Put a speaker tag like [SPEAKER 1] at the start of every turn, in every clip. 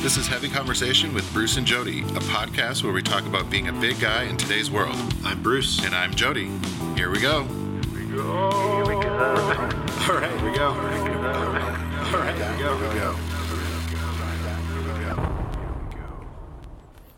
[SPEAKER 1] This is Heavy Conversation with Bruce and Jody, a podcast where we talk about being a big guy in today's world.
[SPEAKER 2] I'm Bruce.
[SPEAKER 1] And I'm Jody. Here we go.
[SPEAKER 2] All right, here we go. All right, here we go. Here we go.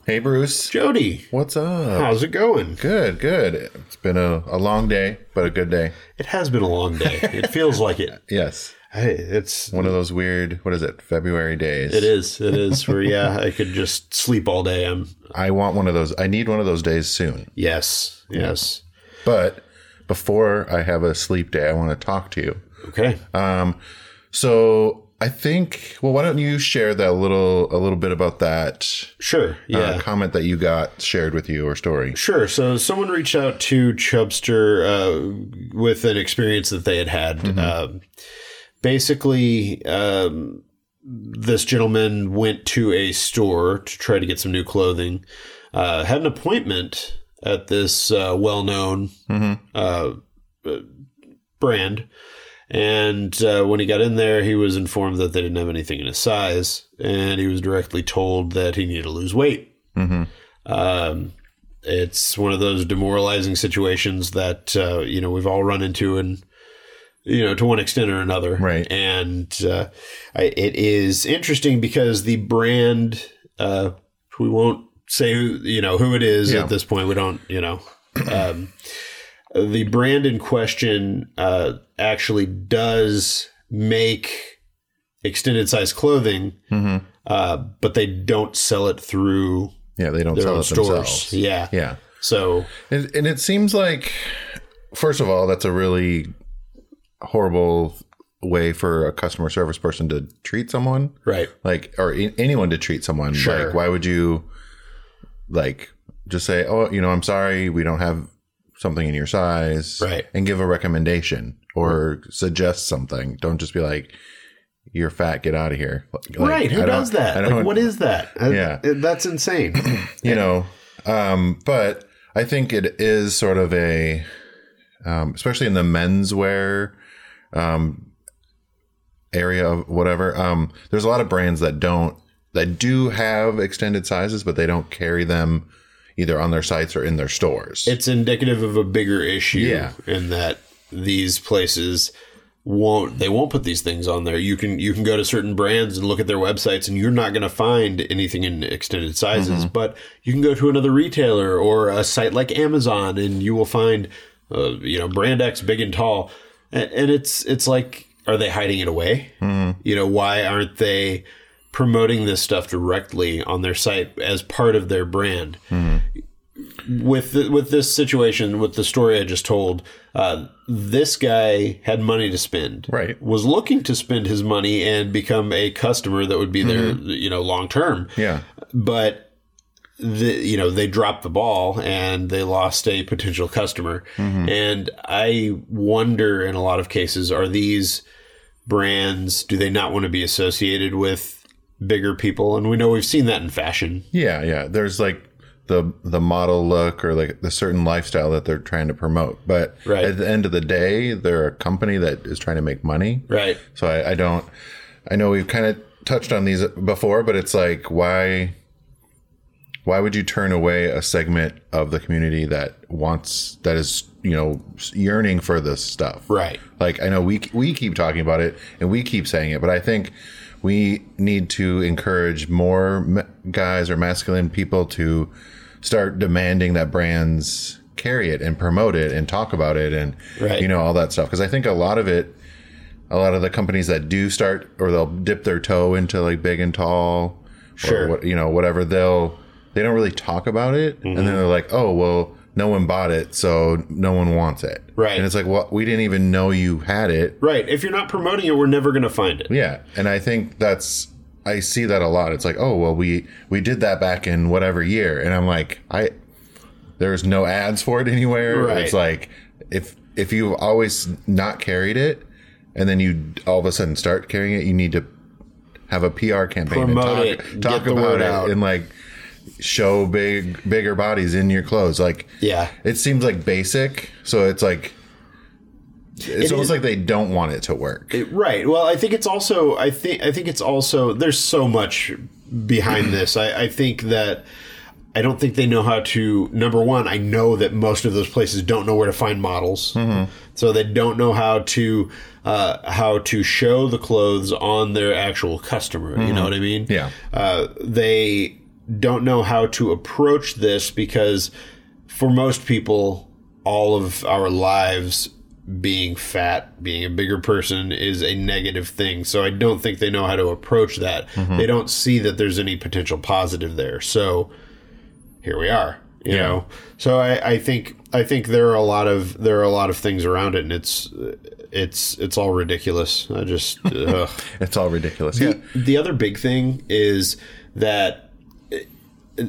[SPEAKER 1] Hey, Bruce.
[SPEAKER 2] Jody,
[SPEAKER 1] What's up?
[SPEAKER 2] how's it going?
[SPEAKER 1] Good, good. It's been a, a long day, but a good day.
[SPEAKER 2] It has been a long day. It feels like it.
[SPEAKER 1] Yes.
[SPEAKER 2] Hey, it's
[SPEAKER 1] One of those weird, what is it, February days.
[SPEAKER 2] it is it is where yeah, I could just sleep all day. I'm
[SPEAKER 1] I want one of those. I need one of those days soon.
[SPEAKER 2] yes yes
[SPEAKER 1] But before I have a sleep day, I want to talk to you.
[SPEAKER 2] okay.
[SPEAKER 1] So I think, well, why don't you share that little, a little bit about that
[SPEAKER 2] Sure yeah.
[SPEAKER 1] uh, comment that you got shared with you or story.
[SPEAKER 2] Sure. So someone reached out to Chubster uh, with an experience that they had had. Um, basically, um, this gentleman went to a store to try to get some new clothing. Uh, had an appointment at this uh, well-known
[SPEAKER 1] Mm-hmm.
[SPEAKER 2] uh, uh, brand, and uh, when he got in there, he was informed that they didn't have anything in his size, and he was directly told that he needed to lose weight.
[SPEAKER 1] Mm-hmm.
[SPEAKER 2] Um, it's one of those demoralizing situations that uh, you know we've all run into and you know to one extent or another
[SPEAKER 1] Right.
[SPEAKER 2] and uh, I, it is interesting because the brand uh, we won't say who, you know who it is
[SPEAKER 1] Yeah.
[SPEAKER 2] at this point we don't you know um, the brand in question uh, actually does make extended size clothing
[SPEAKER 1] Mm-hmm.
[SPEAKER 2] uh, but they don't sell it through
[SPEAKER 1] Yeah, they don't
[SPEAKER 2] their
[SPEAKER 1] sell
[SPEAKER 2] own
[SPEAKER 1] it
[SPEAKER 2] stores
[SPEAKER 1] themselves.
[SPEAKER 2] yeah
[SPEAKER 1] Yeah,
[SPEAKER 2] so
[SPEAKER 1] and, and it seems like, first of all, that's a really horrible way for a customer service person to treat someone,
[SPEAKER 2] right,
[SPEAKER 1] like, or a- anyone to treat someone.
[SPEAKER 2] Sure.
[SPEAKER 1] Like, why would you, like, just say, "Oh, you know, I'm sorry, we don't have something in your size,"
[SPEAKER 2] Right.
[SPEAKER 1] And give a recommendation or suggest something. Don't just be like. You're fat. Get out of here. Like,
[SPEAKER 2] right. Who
[SPEAKER 1] I don't-
[SPEAKER 2] does
[SPEAKER 1] I
[SPEAKER 2] that? Like,
[SPEAKER 1] don't-
[SPEAKER 2] what is that? I-
[SPEAKER 1] Yeah.
[SPEAKER 2] it- that's insane.
[SPEAKER 1] you know um but i think it is sort of a um especially in the menswear um area of whatever um there's a lot of brands that don't that do have extended sizes but they don't carry them either on their sites or in their stores
[SPEAKER 2] it's indicative of a bigger issue.
[SPEAKER 1] Yeah.
[SPEAKER 2] in that these places won't they won't put these things on there. You can you can go to certain brands and look at their websites, and you're not going to find anything in extended sizes. But you can go to another retailer or a site like Amazon, and you will find uh, you know brand X big and tall, and, and it's it's like are they hiding it away? You know why aren't they? promoting this stuff directly on their site as part of their brand with the, with this situation with the story I just told, uh, this guy had money to spend.
[SPEAKER 1] Right.
[SPEAKER 2] Was looking to spend his money and become a customer that would be there, you know, long term.
[SPEAKER 1] yeah
[SPEAKER 2] But the you know they dropped the ball and they lost a potential customer. And I wonder, in a lot of cases, are these brands do they not want to be associated with bigger people? And we know we've seen that in fashion.
[SPEAKER 1] yeah yeah there's like the the model look or like the certain lifestyle that they're trying to promote but
[SPEAKER 2] Right.
[SPEAKER 1] at the end of the day they're a company that is trying to make money
[SPEAKER 2] Right.
[SPEAKER 1] So I, I don't. I know we've kind of touched on these before, but it's like why why would you turn away a segment of the community that wants that is you know yearning for this stuff?
[SPEAKER 2] Right.
[SPEAKER 1] Like I know we we keep talking about it and we keep saying it, but I think we need to encourage more ma- guys or masculine people to start demanding that brands carry it and promote it and talk about it and
[SPEAKER 2] Right.
[SPEAKER 1] you know all that stuff because I think a lot of it a lot of the companies that do start or they'll dip their toe into like big and tall
[SPEAKER 2] Sure.
[SPEAKER 1] or what, you know whatever they'll they don't really talk about it and
[SPEAKER 2] Mm-hmm.
[SPEAKER 1] then they're like oh well no one bought it so no one wants it
[SPEAKER 2] Right.
[SPEAKER 1] and it's like well we didn't even know you had it
[SPEAKER 2] Right. If you're not promoting it, we're never going to find it.
[SPEAKER 1] yeah and i think that's i see that a lot it's like oh well we we did that back in whatever year and i'm like i there's no ads for it anywhere
[SPEAKER 2] Right.
[SPEAKER 1] it's like if if you've always not carried it and then you all of a sudden start carrying it you need to have a pr campaign
[SPEAKER 2] Promote
[SPEAKER 1] and
[SPEAKER 2] it,
[SPEAKER 1] talk,
[SPEAKER 2] get
[SPEAKER 1] talk
[SPEAKER 2] the
[SPEAKER 1] about
[SPEAKER 2] word
[SPEAKER 1] it
[SPEAKER 2] out.
[SPEAKER 1] and like show big bigger bodies in your clothes like
[SPEAKER 2] Yeah.
[SPEAKER 1] it seems like basic so it's like it's almost
[SPEAKER 2] is-
[SPEAKER 1] like they don't want it to work
[SPEAKER 2] Right. Well, I think it's also I think I think it's also there's so much behind this. I, I think that I don't think they know how to. Number one, I know that most of those places don't know where to find models, so they don't know how to uh, how to show the clothes on their actual customer. You know what I mean?
[SPEAKER 1] Yeah.
[SPEAKER 2] Uh, they don't know how to approach this because for most people, all of our lives being fat, being a bigger person is a negative thing. So I don't think they know how to approach that. They don't see that there's any potential positive there. So here we are. You
[SPEAKER 1] Yeah.
[SPEAKER 2] know, so I, I think I think there are a lot of there are a lot of things around it, and it's it's it's all ridiculous. I just ugh.
[SPEAKER 1] It's all ridiculous. Yeah.
[SPEAKER 2] The other big thing is that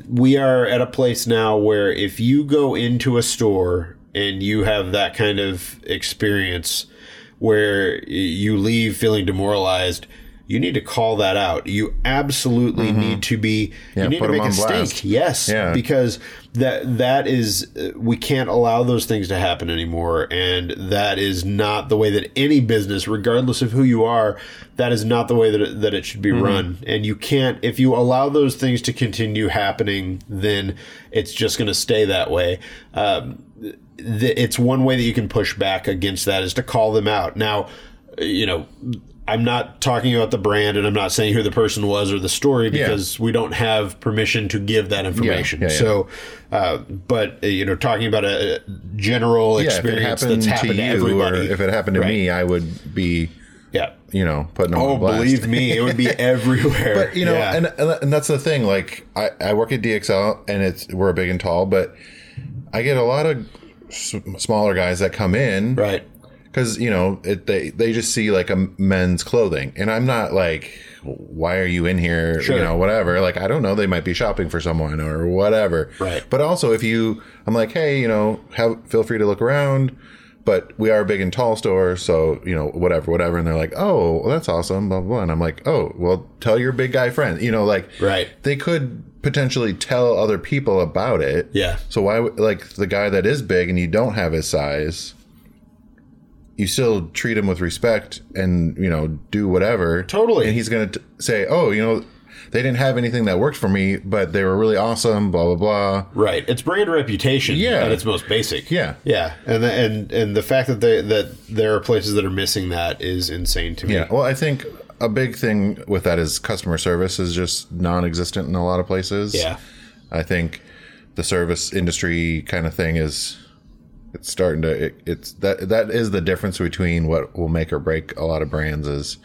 [SPEAKER 2] we are at a place now where if you go into a store and you have that kind of experience where you leave feeling demoralized, you need to call that out. You absolutely need to be
[SPEAKER 1] Mm-hmm. Yeah,
[SPEAKER 2] you need
[SPEAKER 1] put
[SPEAKER 2] to
[SPEAKER 1] 'em
[SPEAKER 2] make
[SPEAKER 1] on
[SPEAKER 2] a
[SPEAKER 1] blast.
[SPEAKER 2] stink. Yes,
[SPEAKER 1] Yeah.
[SPEAKER 2] because that that is uh, we can't allow those things to happen anymore, and that is not the way that any business, regardless of who you are, that is not the way that it, that it should be run. And you can't if you allow those things to continue happening, then it's just going to stay that way. Um, th- it's one way that you can push back against that is to call them out. Now, you know, I'm not talking about the brand and I'm not saying who the person was or the story because we don't have permission to give that information.
[SPEAKER 1] yeah, yeah.
[SPEAKER 2] So, uh, but uh, you know, talking about a a general
[SPEAKER 1] Yeah. If it
[SPEAKER 2] experience
[SPEAKER 1] happened
[SPEAKER 2] that's happened
[SPEAKER 1] to
[SPEAKER 2] to,
[SPEAKER 1] you or
[SPEAKER 2] everybody.
[SPEAKER 1] if it happened to me, I would be,
[SPEAKER 2] yeah.
[SPEAKER 1] you know, putting on
[SPEAKER 2] Oh,
[SPEAKER 1] blast.
[SPEAKER 2] believe me, it would be everywhere.
[SPEAKER 1] But you know,
[SPEAKER 2] Yeah.
[SPEAKER 1] and and that's the thing. Like I, I work at DXL, and it's we're big and tall, but I get a lot of s- smaller guys that come in
[SPEAKER 2] right.
[SPEAKER 1] because you know it, they they just see like a men's clothing, and I'm not like, why are you in here?
[SPEAKER 2] Sure.
[SPEAKER 1] You know, whatever. Like I don't know, they might be shopping for someone or whatever.
[SPEAKER 2] Right.
[SPEAKER 1] But also, if you, I'm like, hey, you know, have feel free to look around. But we are a big and tall store, so you know whatever, whatever. And they're like, "Oh, well, that's awesome," blah blah. blah. And I'm like, "Oh, well, tell your big guy friend." You know, like
[SPEAKER 2] Right.
[SPEAKER 1] they could potentially tell other people about it.
[SPEAKER 2] Yeah.
[SPEAKER 1] So why, would- like the guy that is big and you don't have his size, you still treat him with respect and you know do whatever.
[SPEAKER 2] Totally.
[SPEAKER 1] And he's gonna t- say, "Oh, you know, they didn't have anything that worked for me, but they were really awesome." Blah blah blah.
[SPEAKER 2] Right. It's brand reputation
[SPEAKER 1] Yeah.
[SPEAKER 2] at its most basic.
[SPEAKER 1] Yeah.
[SPEAKER 2] Yeah. And the, and and the fact that they that there are places that are missing that is insane to me.
[SPEAKER 1] Yeah. Well, I think a big thing with that is customer service is just non-existent in a lot of places.
[SPEAKER 2] Yeah.
[SPEAKER 1] I think the service industry kind of thing is it's starting to it, it's that that is the difference between what will make or break a lot of brands is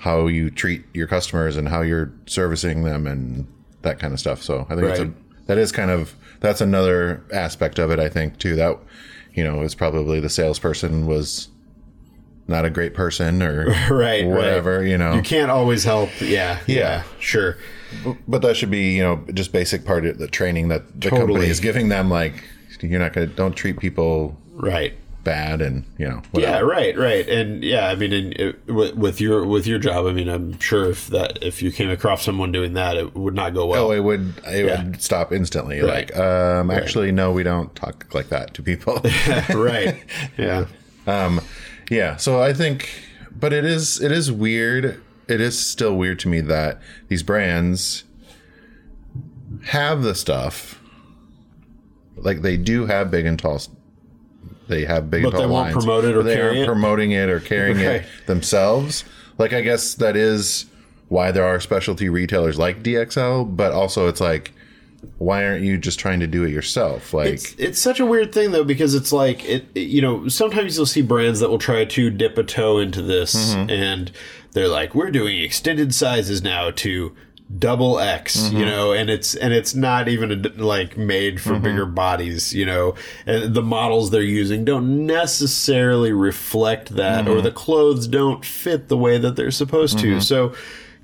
[SPEAKER 1] how you treat your customers and how you're servicing them and that kind of stuff. So I think it's a, that is kind of that's another aspect of it. I think too that you know it's probably the salesperson was not a great person or
[SPEAKER 2] Right, right.
[SPEAKER 1] whatever you know
[SPEAKER 2] You can't always help. Yeah. Yeah. sure.
[SPEAKER 1] but that should be, you know, just basic part of the training that the company
[SPEAKER 2] Totally.
[SPEAKER 1] is giving them. Like, you're not gonna don't treat people
[SPEAKER 2] Right.
[SPEAKER 1] bad, and you know,
[SPEAKER 2] Yeah.
[SPEAKER 1] whatever.
[SPEAKER 2] Right. Right. And yeah, I mean, and it, with, with your with your job, I mean, I'm sure if that if you came across someone doing that, it would not go well.
[SPEAKER 1] Oh, it would it would stop instantly.
[SPEAKER 2] Right.
[SPEAKER 1] Like, um, actually, no, we don't talk like that to people.
[SPEAKER 2] right. Yeah.
[SPEAKER 1] um, yeah. So I think, but it is it is weird. It is still weird to me that these brands have the stuff. Like they do have big and tall. s- They have big and
[SPEAKER 2] But they
[SPEAKER 1] tall
[SPEAKER 2] won't
[SPEAKER 1] lines,
[SPEAKER 2] promote it or
[SPEAKER 1] but they
[SPEAKER 2] carry
[SPEAKER 1] aren't
[SPEAKER 2] it?
[SPEAKER 1] promoting it or carrying
[SPEAKER 2] Right.
[SPEAKER 1] it themselves. Like I guess that is why there are specialty retailers like DXL, but also it's like, why aren't you just trying to do it yourself? Like,
[SPEAKER 2] It's, it's such a weird thing though because it's like it it- you know sometimes you'll see brands that will try to dip a toe into this and they're like we're doing extended sizes now to double X you know and it's and it's not even like made for bigger bodies you know and the models they're using don't necessarily reflect that or the clothes don't fit the way that they're supposed to so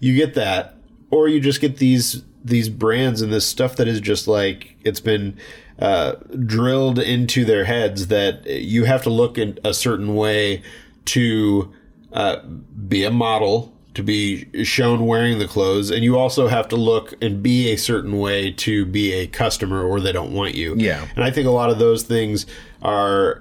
[SPEAKER 2] you get that or you just get these these brands and this stuff that is just like it's been uh, drilled into their heads that you have to look in a certain way to uh, be a model to be shown wearing the clothes and you also have to look and be a certain way to be a customer or they don't want you
[SPEAKER 1] Yeah.
[SPEAKER 2] and i think a lot of those things are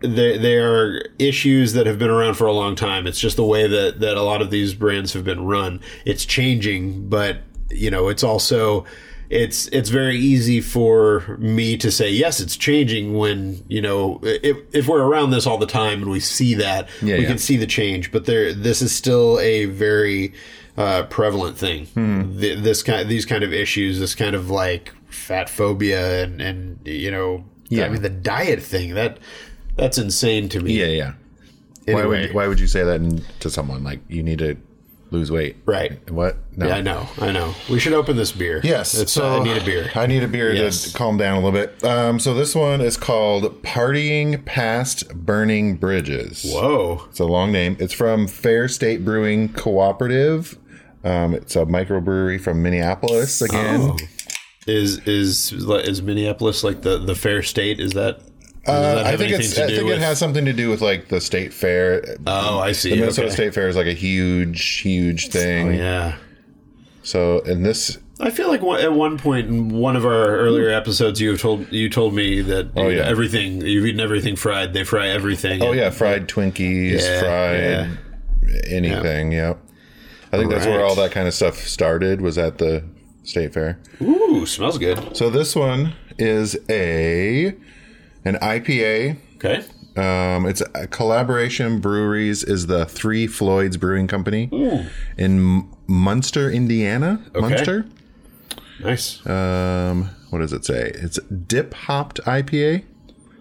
[SPEAKER 2] they, they are issues that have been around for a long time. It's just the way that, that a lot of these brands have been run. It's changing, but you know, it's also it's it's very easy for me to say yes, it's changing when you know if if we're around this all the time and we see that
[SPEAKER 1] Yeah,
[SPEAKER 2] we
[SPEAKER 1] yeah.
[SPEAKER 2] can see the change. But there, this is still a very uh, prevalent thing.
[SPEAKER 1] Hmm.
[SPEAKER 2] Th- this kind, these kind of issues, this kind of like fat phobia, and and you know,
[SPEAKER 1] Yeah.
[SPEAKER 2] I mean the diet thing that that's insane to me.
[SPEAKER 1] Yeah, yeah. Why
[SPEAKER 2] Anyway.
[SPEAKER 1] would why would you say that in, to someone like you need to lose weight?
[SPEAKER 2] Right.
[SPEAKER 1] What? No.
[SPEAKER 2] Yeah, I know, I know. We should open this beer.
[SPEAKER 1] Yes.
[SPEAKER 2] it's, uh,
[SPEAKER 1] so
[SPEAKER 2] I need a beer.
[SPEAKER 1] I need a beer
[SPEAKER 2] Yes.
[SPEAKER 1] to calm down a little bit. Um, so this one is called "Partying Past Burning Bridges."
[SPEAKER 2] Whoa,
[SPEAKER 1] It's a long name. It's from Fair State Brewing Cooperative. Um, it's a microbrewery from Minneapolis again.
[SPEAKER 2] Oh. is is is Minneapolis like the the fair state? Is that? does
[SPEAKER 1] Uh,
[SPEAKER 2] that
[SPEAKER 1] I
[SPEAKER 2] have
[SPEAKER 1] think
[SPEAKER 2] anything
[SPEAKER 1] it's.
[SPEAKER 2] to
[SPEAKER 1] I
[SPEAKER 2] do
[SPEAKER 1] think it
[SPEAKER 2] with-
[SPEAKER 1] has something to do with like the state fair.
[SPEAKER 2] Oh, I see.
[SPEAKER 1] the Minnesota
[SPEAKER 2] Okay. Oh,
[SPEAKER 1] State Fair is like a huge, huge thing.
[SPEAKER 2] Yeah.
[SPEAKER 1] So, and this
[SPEAKER 2] I feel like one, at one point in one of our earlier episodes, you have told you told me that
[SPEAKER 1] Oh, yeah.
[SPEAKER 2] everything you've eaten everything fried. They fry everything.
[SPEAKER 1] Oh yeah, fried Twinkies,
[SPEAKER 2] Yeah,
[SPEAKER 1] fried anything. Yep. I think that's where
[SPEAKER 2] Right.
[SPEAKER 1] all that kind of stuff started. Was at the state fair.
[SPEAKER 2] Ooh, smells good.
[SPEAKER 1] So this one is a an IPA.
[SPEAKER 2] Okay.
[SPEAKER 1] Um, it's a collaboration breweries is the Three Floyds Brewing Company in M- Munster, Indiana. Munster.
[SPEAKER 2] Nice.
[SPEAKER 1] Um, what does it say? It's dip hopped IPA.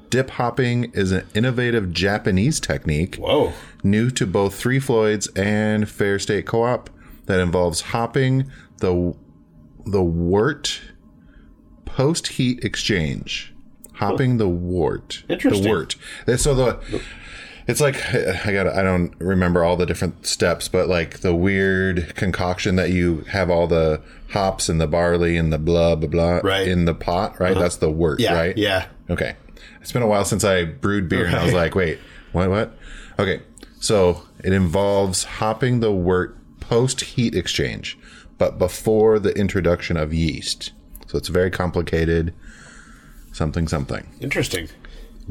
[SPEAKER 1] Dip hopping is an innovative Japanese technique
[SPEAKER 2] Whoa.
[SPEAKER 1] new to both Three Floyds and Fair State Co-op that involves hopping the the wort post heat exchange. Hopping the wort.
[SPEAKER 2] Interesting.
[SPEAKER 1] The wort. And So the it's like I got I don't remember all the different steps, but like the weird concoction that you have all the hops and the barley and the blah blah blah
[SPEAKER 2] Right. Uh-huh.
[SPEAKER 1] in the pot, right? That's the wort,
[SPEAKER 2] Yeah.
[SPEAKER 1] right?
[SPEAKER 2] Yeah.
[SPEAKER 1] Okay. It's been a while since I brewed beer and I was like, wait, what, what? Okay. So it involves hopping the wort post heat exchange, but before the introduction of yeast. So it's very complicated. Something, something.
[SPEAKER 2] Interesting.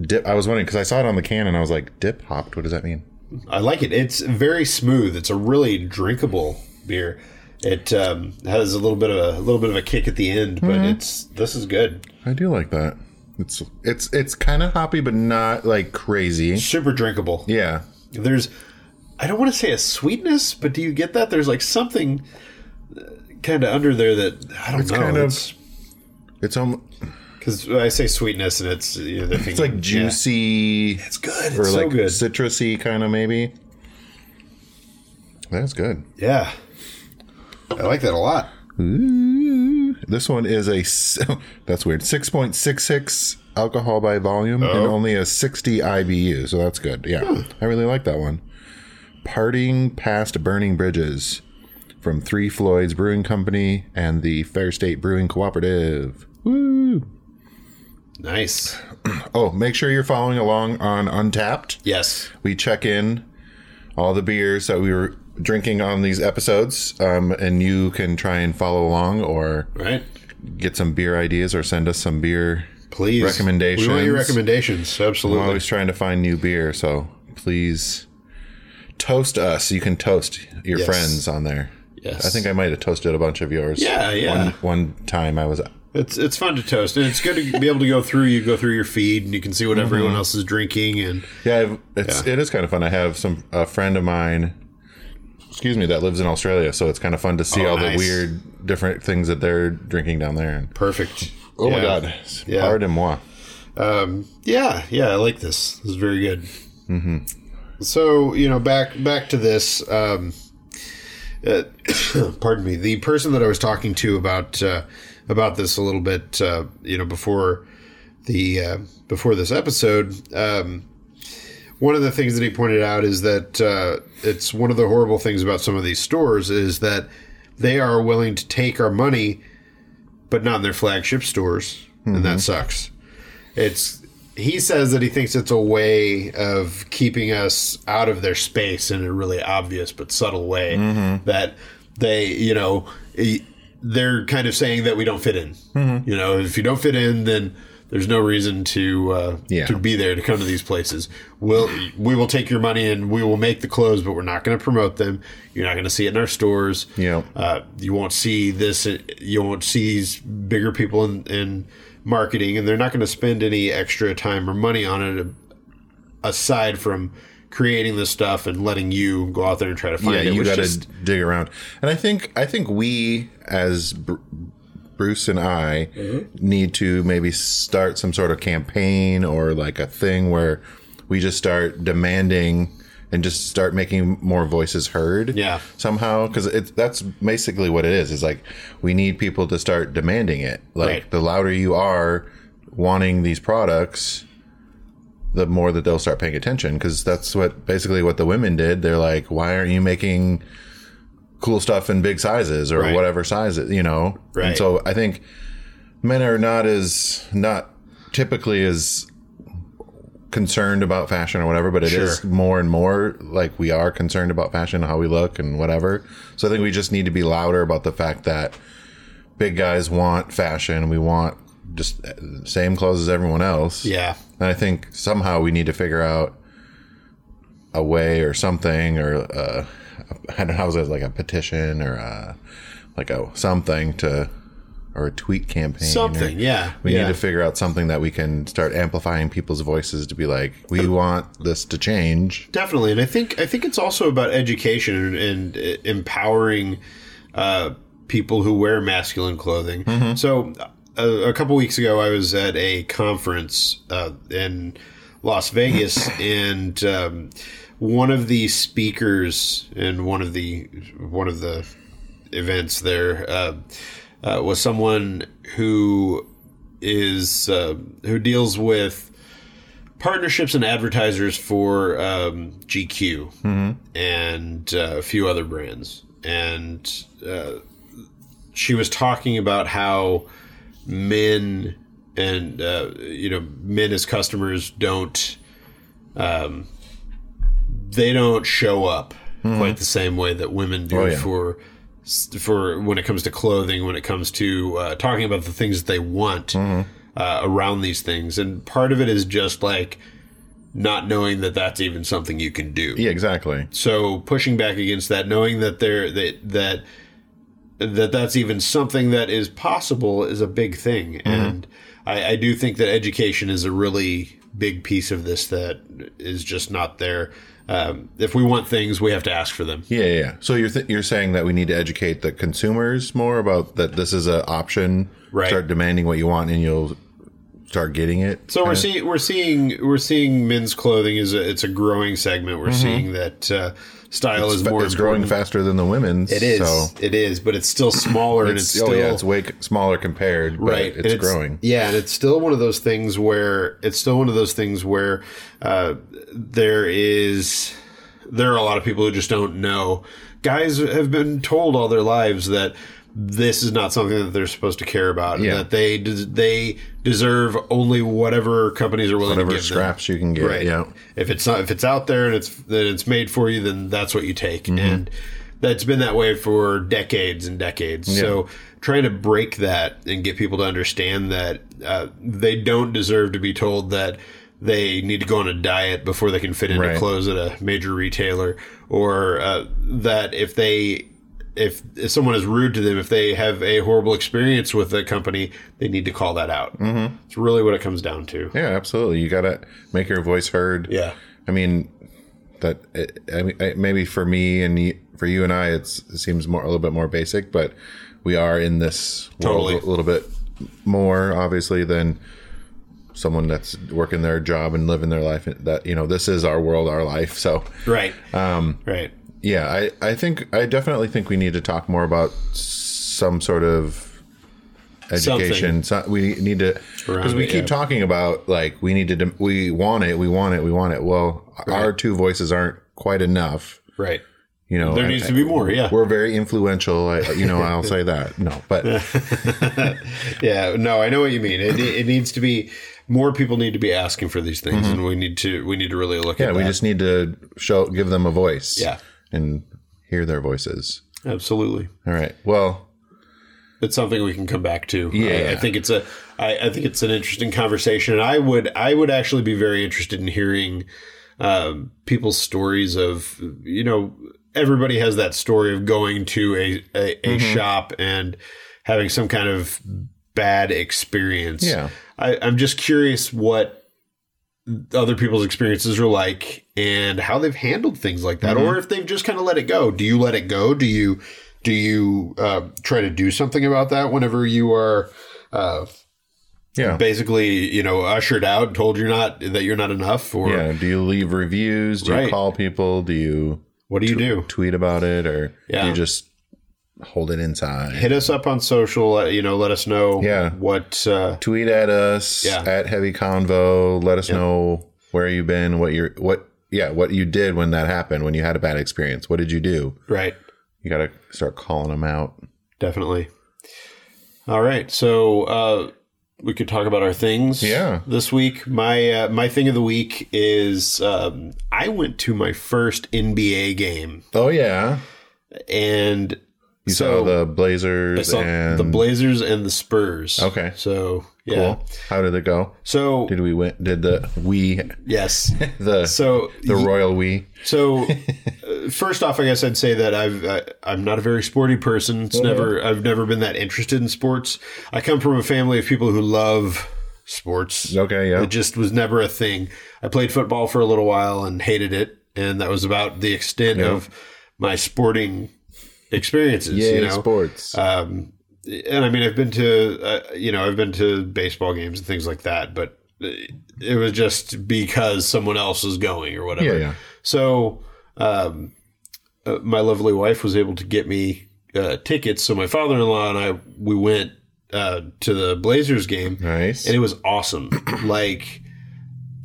[SPEAKER 1] Dip. I was wondering because I saw it on the can and I was like, dip hopped. What does that mean?
[SPEAKER 2] I like it. It's very smooth. It's a really drinkable beer. It um, has a little bit of a, little bit of a kick at the end, but it's this is good.
[SPEAKER 1] I do like that. It's it's it's kind of hoppy, but not like crazy.
[SPEAKER 2] Super drinkable.
[SPEAKER 1] Yeah.
[SPEAKER 2] there's i don't want to say a sweetness but do you get that there's like something kind of under there that i don't know
[SPEAKER 1] kind of-
[SPEAKER 2] it's
[SPEAKER 1] It's almost,
[SPEAKER 2] because i say sweetness and it's you know, they're
[SPEAKER 1] it's like juicy
[SPEAKER 2] it's good
[SPEAKER 1] or
[SPEAKER 2] it's so
[SPEAKER 1] like
[SPEAKER 2] good
[SPEAKER 1] citrusy kind of maybe. That's good.
[SPEAKER 2] yeah i like that a lot
[SPEAKER 1] This one is a s- that's weird. Six point six six alcohol by volume and only a sixty IBU, so that's good. Yeah, I really like that one. Partying past burning bridges from Three Floyds Brewing Company and the Fair State Brewing Cooperative. Woo!
[SPEAKER 2] nice
[SPEAKER 1] Oh, make sure you're following along on Untapped.
[SPEAKER 2] yes
[SPEAKER 1] we check in all the beers that we were drinking on these episodes um, and you can try and follow along or
[SPEAKER 2] right
[SPEAKER 1] get some beer ideas or send us some beer
[SPEAKER 2] please
[SPEAKER 1] Recommendations.
[SPEAKER 2] we want your recommendations
[SPEAKER 1] i'm
[SPEAKER 2] absolutely
[SPEAKER 1] always trying to find new beer so please toast us you can toast your
[SPEAKER 2] Yes.
[SPEAKER 1] friends on there
[SPEAKER 2] yes
[SPEAKER 1] i think i might have toasted a bunch of yours
[SPEAKER 2] Yeah, yeah.
[SPEAKER 1] one, one time i was
[SPEAKER 2] it's it's fun to toast and it's good to be able to go through you go through your feed and you can see
[SPEAKER 1] Mm-hmm.
[SPEAKER 2] what everyone else is drinking and
[SPEAKER 1] Yeah, I've, it's it is kind of fun. I have some a friend of mine, excuse me, that lives in Australia, so it's kind of fun to see
[SPEAKER 2] Oh,
[SPEAKER 1] all
[SPEAKER 2] nice.
[SPEAKER 1] the weird different things that they're drinking down there.
[SPEAKER 2] perfect
[SPEAKER 1] Oh my
[SPEAKER 2] Yeah.
[SPEAKER 1] god,
[SPEAKER 2] Yeah.
[SPEAKER 1] pardon moi.
[SPEAKER 2] Um, yeah, yeah, I like this. This is very good. Mm-hmm. So you know, back back to this. Um, uh, pardon me. The person that I was talking to about uh, about this a little bit, uh, you know, before the uh, before this episode. Um, one of the things that he pointed out is that uh, it's one of the horrible things about some of these stores is that they are willing to take our money, but not in their flagship stores, and that sucks it's he says that he thinks it's a way of keeping us out of their space in a really obvious but subtle way that they you know e- they're kind of saying that we don't fit in you know if you don't fit in then There's no reason to uh,
[SPEAKER 1] Yeah.
[SPEAKER 2] to be there to come to these places. We'll we will take your money and we will make the clothes, but we're not going to promote them. You're not going to see it in our stores.
[SPEAKER 1] Yeah.
[SPEAKER 2] uh, you won't see this. uh, You won't see these bigger people in, in marketing, and they're not going to spend any extra time or money on it aside from creating this stuff and letting you go out there and try to find
[SPEAKER 1] yeah,
[SPEAKER 2] it.
[SPEAKER 1] you
[SPEAKER 2] which
[SPEAKER 1] got to
[SPEAKER 2] just-
[SPEAKER 1] dig around. And I think I think we as Br- Bruce and I
[SPEAKER 2] Mm-hmm.
[SPEAKER 1] need to maybe start some sort of campaign or like a thing where we just start demanding and just start making more voices heard.
[SPEAKER 2] Yeah.
[SPEAKER 1] somehow because that's basically what it is. Is like we need people to start demanding it. Like
[SPEAKER 2] Right.
[SPEAKER 1] the louder you are wanting these products the more that they'll start paying attention because that's what basically what the women did. They're like, why aren't you making cool stuff in big sizes or
[SPEAKER 2] Right.
[SPEAKER 1] whatever size it, you know?
[SPEAKER 2] Right.
[SPEAKER 1] And so I think men are not as not typically as concerned about fashion or whatever, but it is
[SPEAKER 2] Sure.
[SPEAKER 1] more and more like we are concerned about fashion, how we look and whatever. So I think we just need to be louder about the fact that big guys want fashion. We want just uh, same clothes as everyone else.
[SPEAKER 2] yeah,
[SPEAKER 1] And I think somehow we need to figure out a way or something or uh, I don't know how it like a petition or uh like a something to or a tweet campaign. or-
[SPEAKER 2] something. Yeah,
[SPEAKER 1] we
[SPEAKER 2] yeah.
[SPEAKER 1] need to figure out something that we can start amplifying people's voices to be like, we want this to change.
[SPEAKER 2] definitely and i think i think it's also about education and, and empowering uh, people who wear masculine clothing so a, a couple weeks ago i was at a conference uh, in las vegas and um, one of the speakers in one of the one of the events there uh, uh, was someone who is uh, who deals with partnerships and advertisers for um, GQ and uh, a few other brands. And uh, she was talking about how men and uh, you know men as customers don't um, they don't show up quite the same way that women do
[SPEAKER 1] Oh, yeah.
[SPEAKER 2] for for when it comes to clothing when it comes to uh, talking about the things that they want uh, around these things and part of it is just like not knowing that that's even something you can do
[SPEAKER 1] Yeah, exactly.
[SPEAKER 2] so pushing back against that knowing that there that that that that's even something that is possible is a big thing
[SPEAKER 1] Mm-hmm.
[SPEAKER 2] and I, I do think that education is a really big piece of this that is just not there um, if we want things we have to ask for them
[SPEAKER 1] Yeah, yeah, yeah. So you're th- you're saying that we need to educate the consumers more about that this is an option.
[SPEAKER 2] Right.
[SPEAKER 1] Start demanding what you want, and you'll start getting it.
[SPEAKER 2] So we're seeing we're seeing we're seeing men's clothing is a, it's a growing segment. We're seeing that uh, style is
[SPEAKER 1] But
[SPEAKER 2] more
[SPEAKER 1] Mm-hmm. it's growing
[SPEAKER 2] important.
[SPEAKER 1] faster than the women's.
[SPEAKER 2] It is
[SPEAKER 1] So
[SPEAKER 2] it is, but it's still smaller and it's
[SPEAKER 1] oh
[SPEAKER 2] still
[SPEAKER 1] yeah, it's way c- smaller compared, but
[SPEAKER 2] right.
[SPEAKER 1] It's,
[SPEAKER 2] and
[SPEAKER 1] growing.
[SPEAKER 2] Yeah, and it's still one of those things where it's still one of those things where uh, there is there are a lot of people who just don't know. Guys have been told all their lives that this is not something that they're supposed to care about. and
[SPEAKER 1] Yeah.
[SPEAKER 2] that they des- they deserve only whatever companies are willing to
[SPEAKER 1] Whatever
[SPEAKER 2] give them.
[SPEAKER 1] scraps you can get,
[SPEAKER 2] Right.
[SPEAKER 1] yeah,
[SPEAKER 2] If it's not, if it's out there and it's that it's made for you, then that's what you take,
[SPEAKER 1] Mm-hmm.
[SPEAKER 2] and that's been that way for decades and decades. So trying to break that and get people to understand that uh, they don't deserve to be told that they need to go on a diet before they can fit into
[SPEAKER 1] Right.
[SPEAKER 2] clothes at a major retailer, or uh, that if they if, if someone is rude to them, if they have a horrible experience with the company, they need to call that out. Mm-hmm. It's really what it comes down to.
[SPEAKER 1] yeah, absolutely. You gotta make your voice heard.
[SPEAKER 2] Yeah.
[SPEAKER 1] I mean, that it, I mean, it, maybe for me and y- for you and I, it's, it seems more a little bit more basic, but we are in this
[SPEAKER 2] Totally.
[SPEAKER 1] world a little bit more obviously than someone that's working their job and living their life. That you know, this is our world, our life. So
[SPEAKER 2] Right. Um, right.
[SPEAKER 1] yeah, I I think I definitely think we need to talk more about some sort of education. So we need to because
[SPEAKER 2] Around
[SPEAKER 1] we
[SPEAKER 2] it,
[SPEAKER 1] keep
[SPEAKER 2] yeah.
[SPEAKER 1] talking about like we need to dem- we want it, we want it, we want it. Well, our two voices aren't quite enough.
[SPEAKER 2] Right.
[SPEAKER 1] You know,
[SPEAKER 2] There
[SPEAKER 1] I-
[SPEAKER 2] needs to be more. Yeah.
[SPEAKER 1] We're very influential. I, you know, I'll say that. No, but
[SPEAKER 2] Yeah. No, I know what you mean. It, it needs to be more people need to be asking for these things, and we need to we need to really look
[SPEAKER 1] Mm-hmm. yeah,
[SPEAKER 2] at
[SPEAKER 1] we
[SPEAKER 2] that.
[SPEAKER 1] just need to show give them a voice.
[SPEAKER 2] Yeah.
[SPEAKER 1] and hear their voices.
[SPEAKER 2] Absolutely.
[SPEAKER 1] All right. Well,
[SPEAKER 2] it's something we can come back to.
[SPEAKER 1] Yeah.
[SPEAKER 2] I, I think it's a I, I think it's an interesting conversation, and I would I would actually be very interested in hearing um, people's stories of you know everybody has that story of going to a a, a
[SPEAKER 1] Mm-hmm.
[SPEAKER 2] shop and having some kind of bad experience.
[SPEAKER 1] Yeah.
[SPEAKER 2] I, I'm just curious what other people's experiences are like and how they've handled things like that
[SPEAKER 1] Mm-hmm.
[SPEAKER 2] or if they've just kind of let it go do you let it go do you do you uh, try to do something about that whenever you are uh,
[SPEAKER 1] Yeah.
[SPEAKER 2] basically you know ushered out and told you're not that you're not enough or
[SPEAKER 1] Yeah. Do you leave reviews? Do
[SPEAKER 2] Right.
[SPEAKER 1] you call people? Do you
[SPEAKER 2] what do you do
[SPEAKER 1] tweet about it or
[SPEAKER 2] Yeah.
[SPEAKER 1] do you just hold it inside?
[SPEAKER 2] hit us up on social uh, you know let us know
[SPEAKER 1] Yeah.
[SPEAKER 2] what uh,
[SPEAKER 1] tweet at us
[SPEAKER 2] Yeah.
[SPEAKER 1] at heavy convo let us know where you've been what you're what yeah what you did when that happened when you had a bad experience what did you do
[SPEAKER 2] right
[SPEAKER 1] you gotta start calling them out
[SPEAKER 2] definitely all right so uh we could talk about our things
[SPEAKER 1] Yeah.
[SPEAKER 2] this week my uh, my thing of the week is um i went to my first nba game
[SPEAKER 1] oh yeah
[SPEAKER 2] and
[SPEAKER 1] you saw the blazers
[SPEAKER 2] I saw
[SPEAKER 1] and
[SPEAKER 2] the blazers and the spurs
[SPEAKER 1] Okay.
[SPEAKER 2] so yeah
[SPEAKER 1] cool. how did it go
[SPEAKER 2] so
[SPEAKER 1] did we win did the we
[SPEAKER 2] yes
[SPEAKER 1] the
[SPEAKER 2] so
[SPEAKER 1] the royal we
[SPEAKER 2] So, uh, first off, I guess I'd say that I've I, I'm not a very sporty person.
[SPEAKER 1] Oh,
[SPEAKER 2] It's never I've never been that interested in sports. I come from a family of people who love sports.
[SPEAKER 1] okay yeah
[SPEAKER 2] It just was never a thing. I played football for a little while and hated it, and that was about the extent of my sporting experiences.
[SPEAKER 1] yeah
[SPEAKER 2] you know,
[SPEAKER 1] sports
[SPEAKER 2] um, and I mean, I've been to uh, you know I've been to baseball games and things like that, but it was just because someone else is going or whatever.
[SPEAKER 1] Yeah, yeah.
[SPEAKER 2] So um, uh, my lovely wife was able to get me uh, tickets, so my father-in-law and I we went uh, to the Blazers game,
[SPEAKER 1] nice
[SPEAKER 2] and it was awesome. like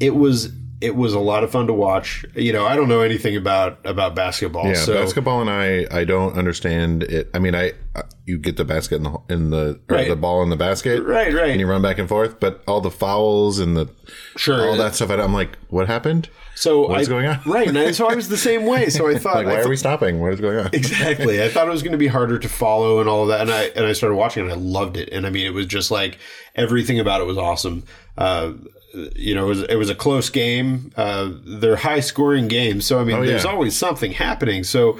[SPEAKER 2] it was. It was a lot of fun to watch. You know, I don't know anything about about basketball,
[SPEAKER 1] yeah
[SPEAKER 2] so
[SPEAKER 1] basketball and i i don't understand it i mean i I- you get the basket in the in the or
[SPEAKER 2] Right.
[SPEAKER 1] the ball in the basket
[SPEAKER 2] right,
[SPEAKER 1] and you
[SPEAKER 2] right,
[SPEAKER 1] run back and forth. But all the fouls and the
[SPEAKER 2] sure.
[SPEAKER 1] all that stuff, I'm like, what happened?
[SPEAKER 2] So
[SPEAKER 1] What's
[SPEAKER 2] I,
[SPEAKER 1] going on?
[SPEAKER 2] Right, and I, so I was the same way. So I thought,
[SPEAKER 1] Like, why
[SPEAKER 2] Uh, I
[SPEAKER 1] are
[SPEAKER 2] thought
[SPEAKER 1] we stopping? What is going on?
[SPEAKER 2] exactly. I thought it was going to be harder to follow and all of that, and I and I started watching and I loved it. And I mean, it was just like everything about it was awesome. Uh, you know, it was it was a close game. Uh, they're high scoring games, so I mean,
[SPEAKER 1] yeah.
[SPEAKER 2] there's always something happening. So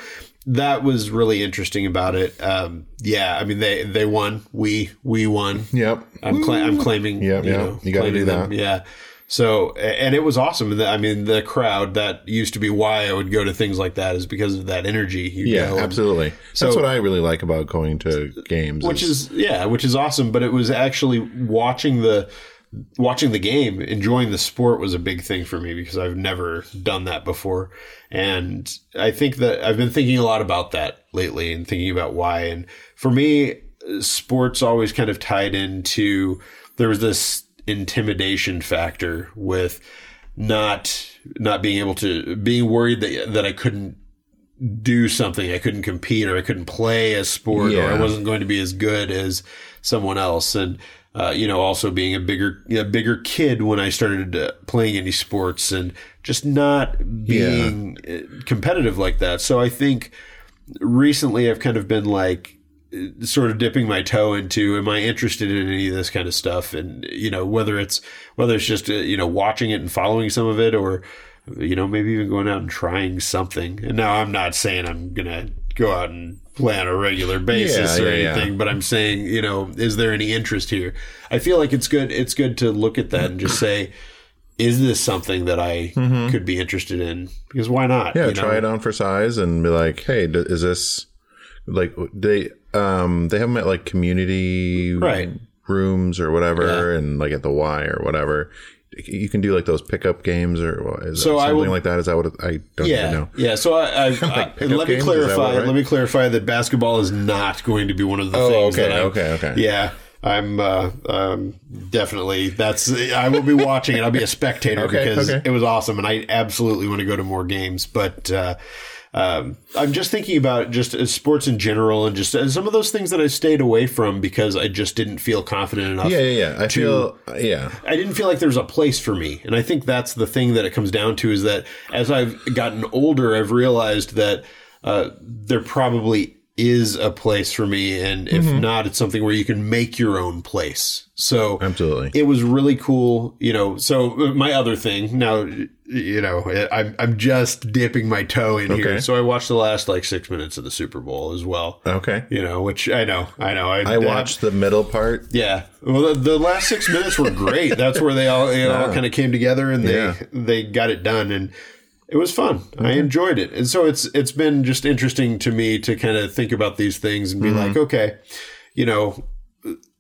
[SPEAKER 2] that was really interesting about it. Um, yeah, I mean, they they won. We we won.
[SPEAKER 1] Yep.
[SPEAKER 2] I'm cla- I'm claiming.
[SPEAKER 1] Yeah,
[SPEAKER 2] you
[SPEAKER 1] yeah.
[SPEAKER 2] know,
[SPEAKER 1] You gotta do
[SPEAKER 2] claiming them.
[SPEAKER 1] that.
[SPEAKER 2] Yeah. So a- and it was awesome. The- I mean, the crowd that used to be why I would go to things like that is because of that energy. You
[SPEAKER 1] Yeah,
[SPEAKER 2] know, and-
[SPEAKER 1] absolutely.
[SPEAKER 2] so-
[SPEAKER 1] That's what I really like about going to games.
[SPEAKER 2] Which is yeah, which is awesome. But it was actually watching the watching the game, enjoying the sport was a big thing for me because I've never done that before, and I think that I've been thinking a lot about that lately and thinking about why. And for me, sports always kind of tied into there was this intimidation factor with not not being able to being worried that that I couldn't do something I couldn't compete or I couldn't play a sport or I
[SPEAKER 1] Yeah.
[SPEAKER 2] wasn't going to be as good as someone else and uh, you know also being a bigger a bigger kid when I started uh, playing any sports and just not being uh competitive like that so I think recently I've kind of been like uh, sort of dipping my toe into am I interested in any of this kind of stuff and you know whether it's whether it's just uh, you know watching it and following some of it or you know maybe even going out and trying something and now I'm not saying I'm going to go out and play on a regular basis
[SPEAKER 1] Yeah,
[SPEAKER 2] or
[SPEAKER 1] yeah, yeah.
[SPEAKER 2] anything but I'm saying you know is there any interest here I feel like it's good it's good to look at that and just say is this something that I could be interested in because why not
[SPEAKER 1] Mm-hmm. yeah,
[SPEAKER 2] you know?
[SPEAKER 1] try it on for size and be like, hey, d- is this like they um they have them at like community
[SPEAKER 2] Right.
[SPEAKER 1] rooms or whatever, and like at the Y or whatever. You can do like those pickup games or what is
[SPEAKER 2] So
[SPEAKER 1] that
[SPEAKER 2] I
[SPEAKER 1] something
[SPEAKER 2] will-
[SPEAKER 1] like that. Is that what it, I don't
[SPEAKER 2] Yeah,
[SPEAKER 1] even know?
[SPEAKER 2] yeah. So I, I, I
[SPEAKER 1] pickup
[SPEAKER 2] and let me
[SPEAKER 1] games, is that
[SPEAKER 2] clarify.
[SPEAKER 1] what, right?
[SPEAKER 2] Let me clarify that basketball is not going to be one of the
[SPEAKER 1] Oh,
[SPEAKER 2] things.
[SPEAKER 1] okay,
[SPEAKER 2] that I,
[SPEAKER 1] okay, okay.
[SPEAKER 2] Yeah, I'm uh, um, definitely. That's I will be watching it. I'll be a spectator
[SPEAKER 1] Okay,
[SPEAKER 2] because
[SPEAKER 1] okay.
[SPEAKER 2] it was awesome, and I absolutely want to go to more games. But uh, um, I'm just thinking about just uh, sports in general, and just and some of those things that I stayed away from because I just didn't feel confident enough.
[SPEAKER 1] Yeah, yeah, yeah. I feel yeah.
[SPEAKER 2] I didn't feel like there was a place for me. And I think that's the thing that it comes down to is that as I've gotten older, I've realized that uh, there probably is a place for me. And if
[SPEAKER 1] Mm-hmm.
[SPEAKER 2] not, it's something where you can make your own place. So
[SPEAKER 1] Absolutely.
[SPEAKER 2] it was really cool, you know. So uh, my other thing now, you know, I'm I'm just dipping my toe in here.
[SPEAKER 1] Okay.
[SPEAKER 2] So I watched the last like six minutes of the Super Bowl as well.
[SPEAKER 1] okay.
[SPEAKER 2] You know, which I know, I know.
[SPEAKER 1] I watched the middle part.
[SPEAKER 2] Yeah. Well, the, the last six minutes were great. That's where they all you know, all kind of came together and they
[SPEAKER 1] Yeah.
[SPEAKER 2] they got it done and it was fun. I enjoyed it. And so it's it's been just interesting to me to kind of think about these things and be like, okay, you know,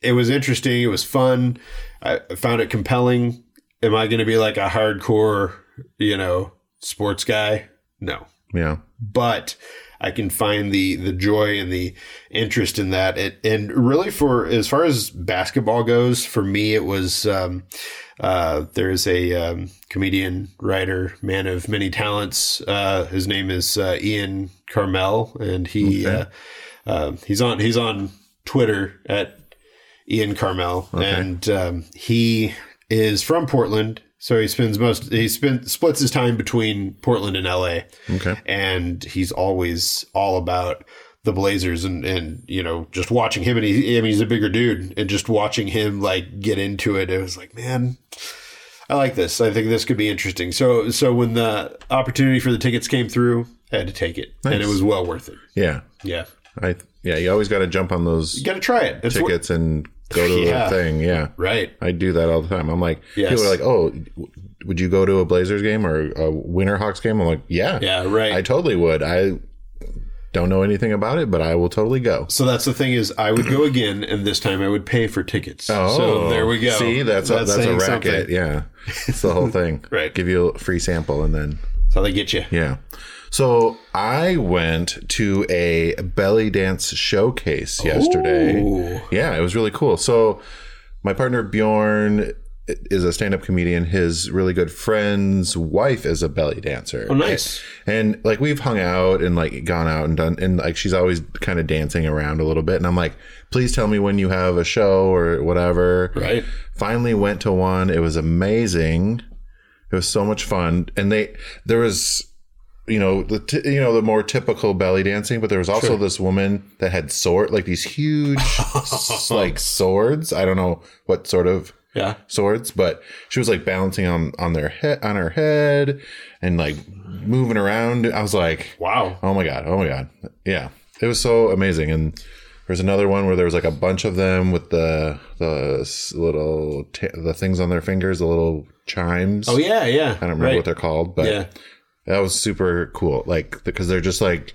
[SPEAKER 2] it was interesting. It was fun. I I found it compelling. Am I going to be like a hardcore, you know, sports guy? No
[SPEAKER 1] Yeah.
[SPEAKER 2] but I can find the the joy and the interest in that. It, and really, for as far as basketball goes, for me, it was um, uh, there's a um, comedian, writer, man of many talents. Uh, his name is uh, Ian Carmel, and he uh, uh, he's on he's on Twitter at Ian Carmel, and um, he is from Portland. So he spends most he spend, splits his time between Portland and LA
[SPEAKER 1] Okay.
[SPEAKER 2] and he's always all about the Blazers and and you know just watching him and he I mean he's a bigger dude and just watching him like get into it it was like man I like this I think this could be interesting so so when the opportunity for the tickets came through I had to take it and it was well worth it
[SPEAKER 1] Yeah.
[SPEAKER 2] yeah
[SPEAKER 1] I yeah, you always got to jump on those
[SPEAKER 2] you got to try it it's wor-
[SPEAKER 1] tickets and go to
[SPEAKER 2] Yeah.
[SPEAKER 1] the thing. Yeah.
[SPEAKER 2] right
[SPEAKER 1] I do that all the time. I'm like,
[SPEAKER 2] Yes.
[SPEAKER 1] people are like, oh, w- would you go to a Blazers game or a Winter Hawks game? I'm like, yeah,
[SPEAKER 2] yeah right
[SPEAKER 1] I totally would. I don't know anything about it, but I will totally go.
[SPEAKER 2] so that's the thing is I would go again and this time I would pay for tickets so there we go
[SPEAKER 1] Oh, See, that's a, that's a
[SPEAKER 2] saying
[SPEAKER 1] racket.
[SPEAKER 2] something.
[SPEAKER 1] Yeah, it's the whole thing.
[SPEAKER 2] Right.
[SPEAKER 1] Give you a free sample and then
[SPEAKER 2] that's how they get you
[SPEAKER 1] yeah. So I went to a belly dance showcase yesterday.
[SPEAKER 2] Ooh.
[SPEAKER 1] Yeah, it was really cool. So my partner Bjorn is a stand-up comedian. His really good friend's wife is a belly dancer.
[SPEAKER 2] oh nice
[SPEAKER 1] And like we've hung out and like gone out and done and like she's always kind of dancing around a little bit and I'm like, please tell me when you have a show or whatever.
[SPEAKER 2] right
[SPEAKER 1] Finally went to one. It was amazing. It was so much fun. And they there was you know the t- you know the more typical belly dancing, but there was also this woman that had sword like these huge s- like swords. I don't know what sort of
[SPEAKER 2] yeah
[SPEAKER 1] swords, but she was like balancing on on their head on her head and like moving around. I was like,
[SPEAKER 2] Wow.
[SPEAKER 1] oh my god, oh my god, yeah, it was so amazing. And there was another one where there was like a bunch of them with the the s- little t- the things on their fingers, the little chimes.
[SPEAKER 2] Oh yeah, yeah.
[SPEAKER 1] I don't remember what they're called, but
[SPEAKER 2] Yeah.
[SPEAKER 1] that was super cool. Like because they're just like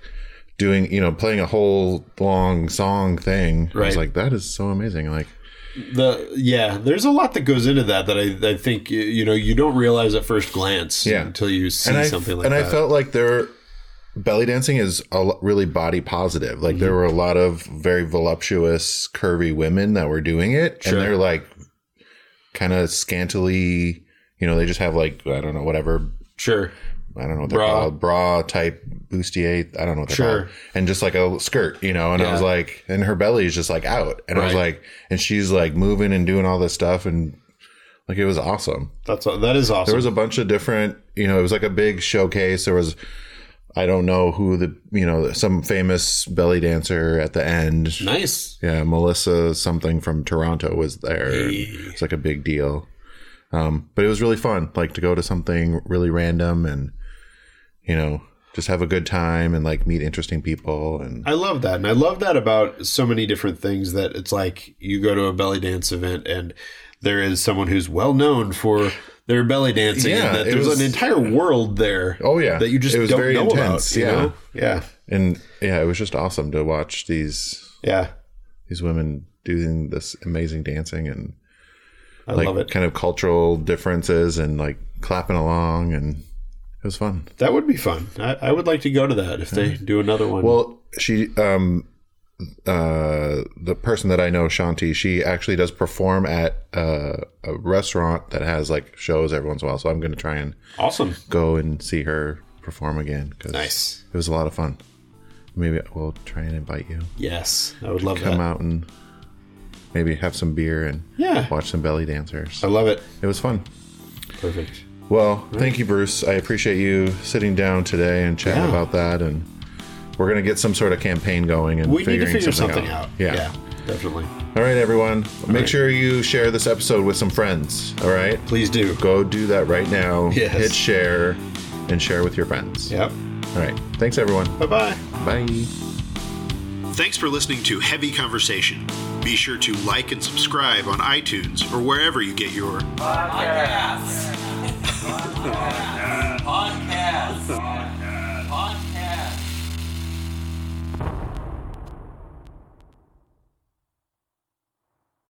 [SPEAKER 1] doing you know playing a whole long song thing. I
[SPEAKER 2] Right.
[SPEAKER 1] was like that is so amazing. Like
[SPEAKER 2] The yeah, there's a lot that goes into that that I, I think y- you know you don't realize at first glance
[SPEAKER 1] Yeah.
[SPEAKER 2] until you see
[SPEAKER 1] and I,
[SPEAKER 2] something like
[SPEAKER 1] and
[SPEAKER 2] that.
[SPEAKER 1] I felt like their belly dancing is a lo- really body positive. Like
[SPEAKER 2] Mm-hmm.
[SPEAKER 1] there were a lot of very voluptuous, curvy women that were doing it,
[SPEAKER 2] Sure.
[SPEAKER 1] and they're like kind of scantily, you know, they just have like I don't know whatever
[SPEAKER 2] sure.
[SPEAKER 1] I don't know what they're
[SPEAKER 2] Bra.
[SPEAKER 1] called bra type bustier. I don't know what they're
[SPEAKER 2] Sure.
[SPEAKER 1] called, and just like a skirt, you know. And I was
[SPEAKER 2] Yeah.
[SPEAKER 1] like, and her belly is just like out, and I was
[SPEAKER 2] Right.
[SPEAKER 1] like, and she's like moving and doing all this stuff, and like it was awesome
[SPEAKER 2] That's a- that is awesome.
[SPEAKER 1] there was a bunch of different you know it was like a big showcase there was i don't know who the you know some famous belly dancer at the end
[SPEAKER 2] nice.
[SPEAKER 1] yeah melissa something from toronto was there it's like a big deal um, but it was really fun like to go to something really random and you know just have a good time and like meet interesting people and
[SPEAKER 2] I love that. And I love that about so many different things that it's like you go to a belly dance event and there is someone who's well known for their belly dancing. and
[SPEAKER 1] Yeah,
[SPEAKER 2] that
[SPEAKER 1] it
[SPEAKER 2] there's
[SPEAKER 1] was-
[SPEAKER 2] an entire world there.
[SPEAKER 1] Oh, yeah.
[SPEAKER 2] That you just
[SPEAKER 1] It was
[SPEAKER 2] don't
[SPEAKER 1] very
[SPEAKER 2] know
[SPEAKER 1] intense,
[SPEAKER 2] about. you
[SPEAKER 1] yeah.
[SPEAKER 2] know? Yeah.
[SPEAKER 1] and yeah it was just awesome to watch these
[SPEAKER 2] Yeah.
[SPEAKER 1] these women doing this amazing dancing and
[SPEAKER 2] I
[SPEAKER 1] like
[SPEAKER 2] love it.
[SPEAKER 1] kind of cultural differences and like clapping along and it was fun
[SPEAKER 2] That would be fun. I, I would like to go to that if they do another one.
[SPEAKER 1] well she um uh the person that i know shanti she actually does perform at uh, a restaurant that has like shows every once in a while so i'm gonna try and
[SPEAKER 2] awesome.
[SPEAKER 1] go and see her perform again 'cause
[SPEAKER 2] Nice.
[SPEAKER 1] it was a lot of fun maybe we'll try and invite you
[SPEAKER 2] Yes, I would love
[SPEAKER 1] come
[SPEAKER 2] that.
[SPEAKER 1] out and maybe have some beer and
[SPEAKER 2] Yeah.
[SPEAKER 1] watch some belly dancers
[SPEAKER 2] I love it.
[SPEAKER 1] it was fun
[SPEAKER 2] Perfect.
[SPEAKER 1] Well, thank you, Bruce. I appreciate you sitting down today and chatting
[SPEAKER 2] Yeah.
[SPEAKER 1] about that. And we're gonna get some sort of campaign going and
[SPEAKER 2] We need
[SPEAKER 1] figuring
[SPEAKER 2] to figure
[SPEAKER 1] something, out. Yeah.
[SPEAKER 2] definitely.
[SPEAKER 1] All right, everyone. Make sure you share this episode with some friends. All right.
[SPEAKER 2] Please do.
[SPEAKER 1] Go do that right now.
[SPEAKER 2] Yes.
[SPEAKER 1] Hit share and share with your friends.
[SPEAKER 2] Yep.
[SPEAKER 1] All right. Thanks, everyone.
[SPEAKER 2] Bye bye.
[SPEAKER 1] Bye.
[SPEAKER 3] Thanks for listening to Heavy Conversation. Be sure to like and subscribe on iTunes or wherever you get your
[SPEAKER 4] Podcast.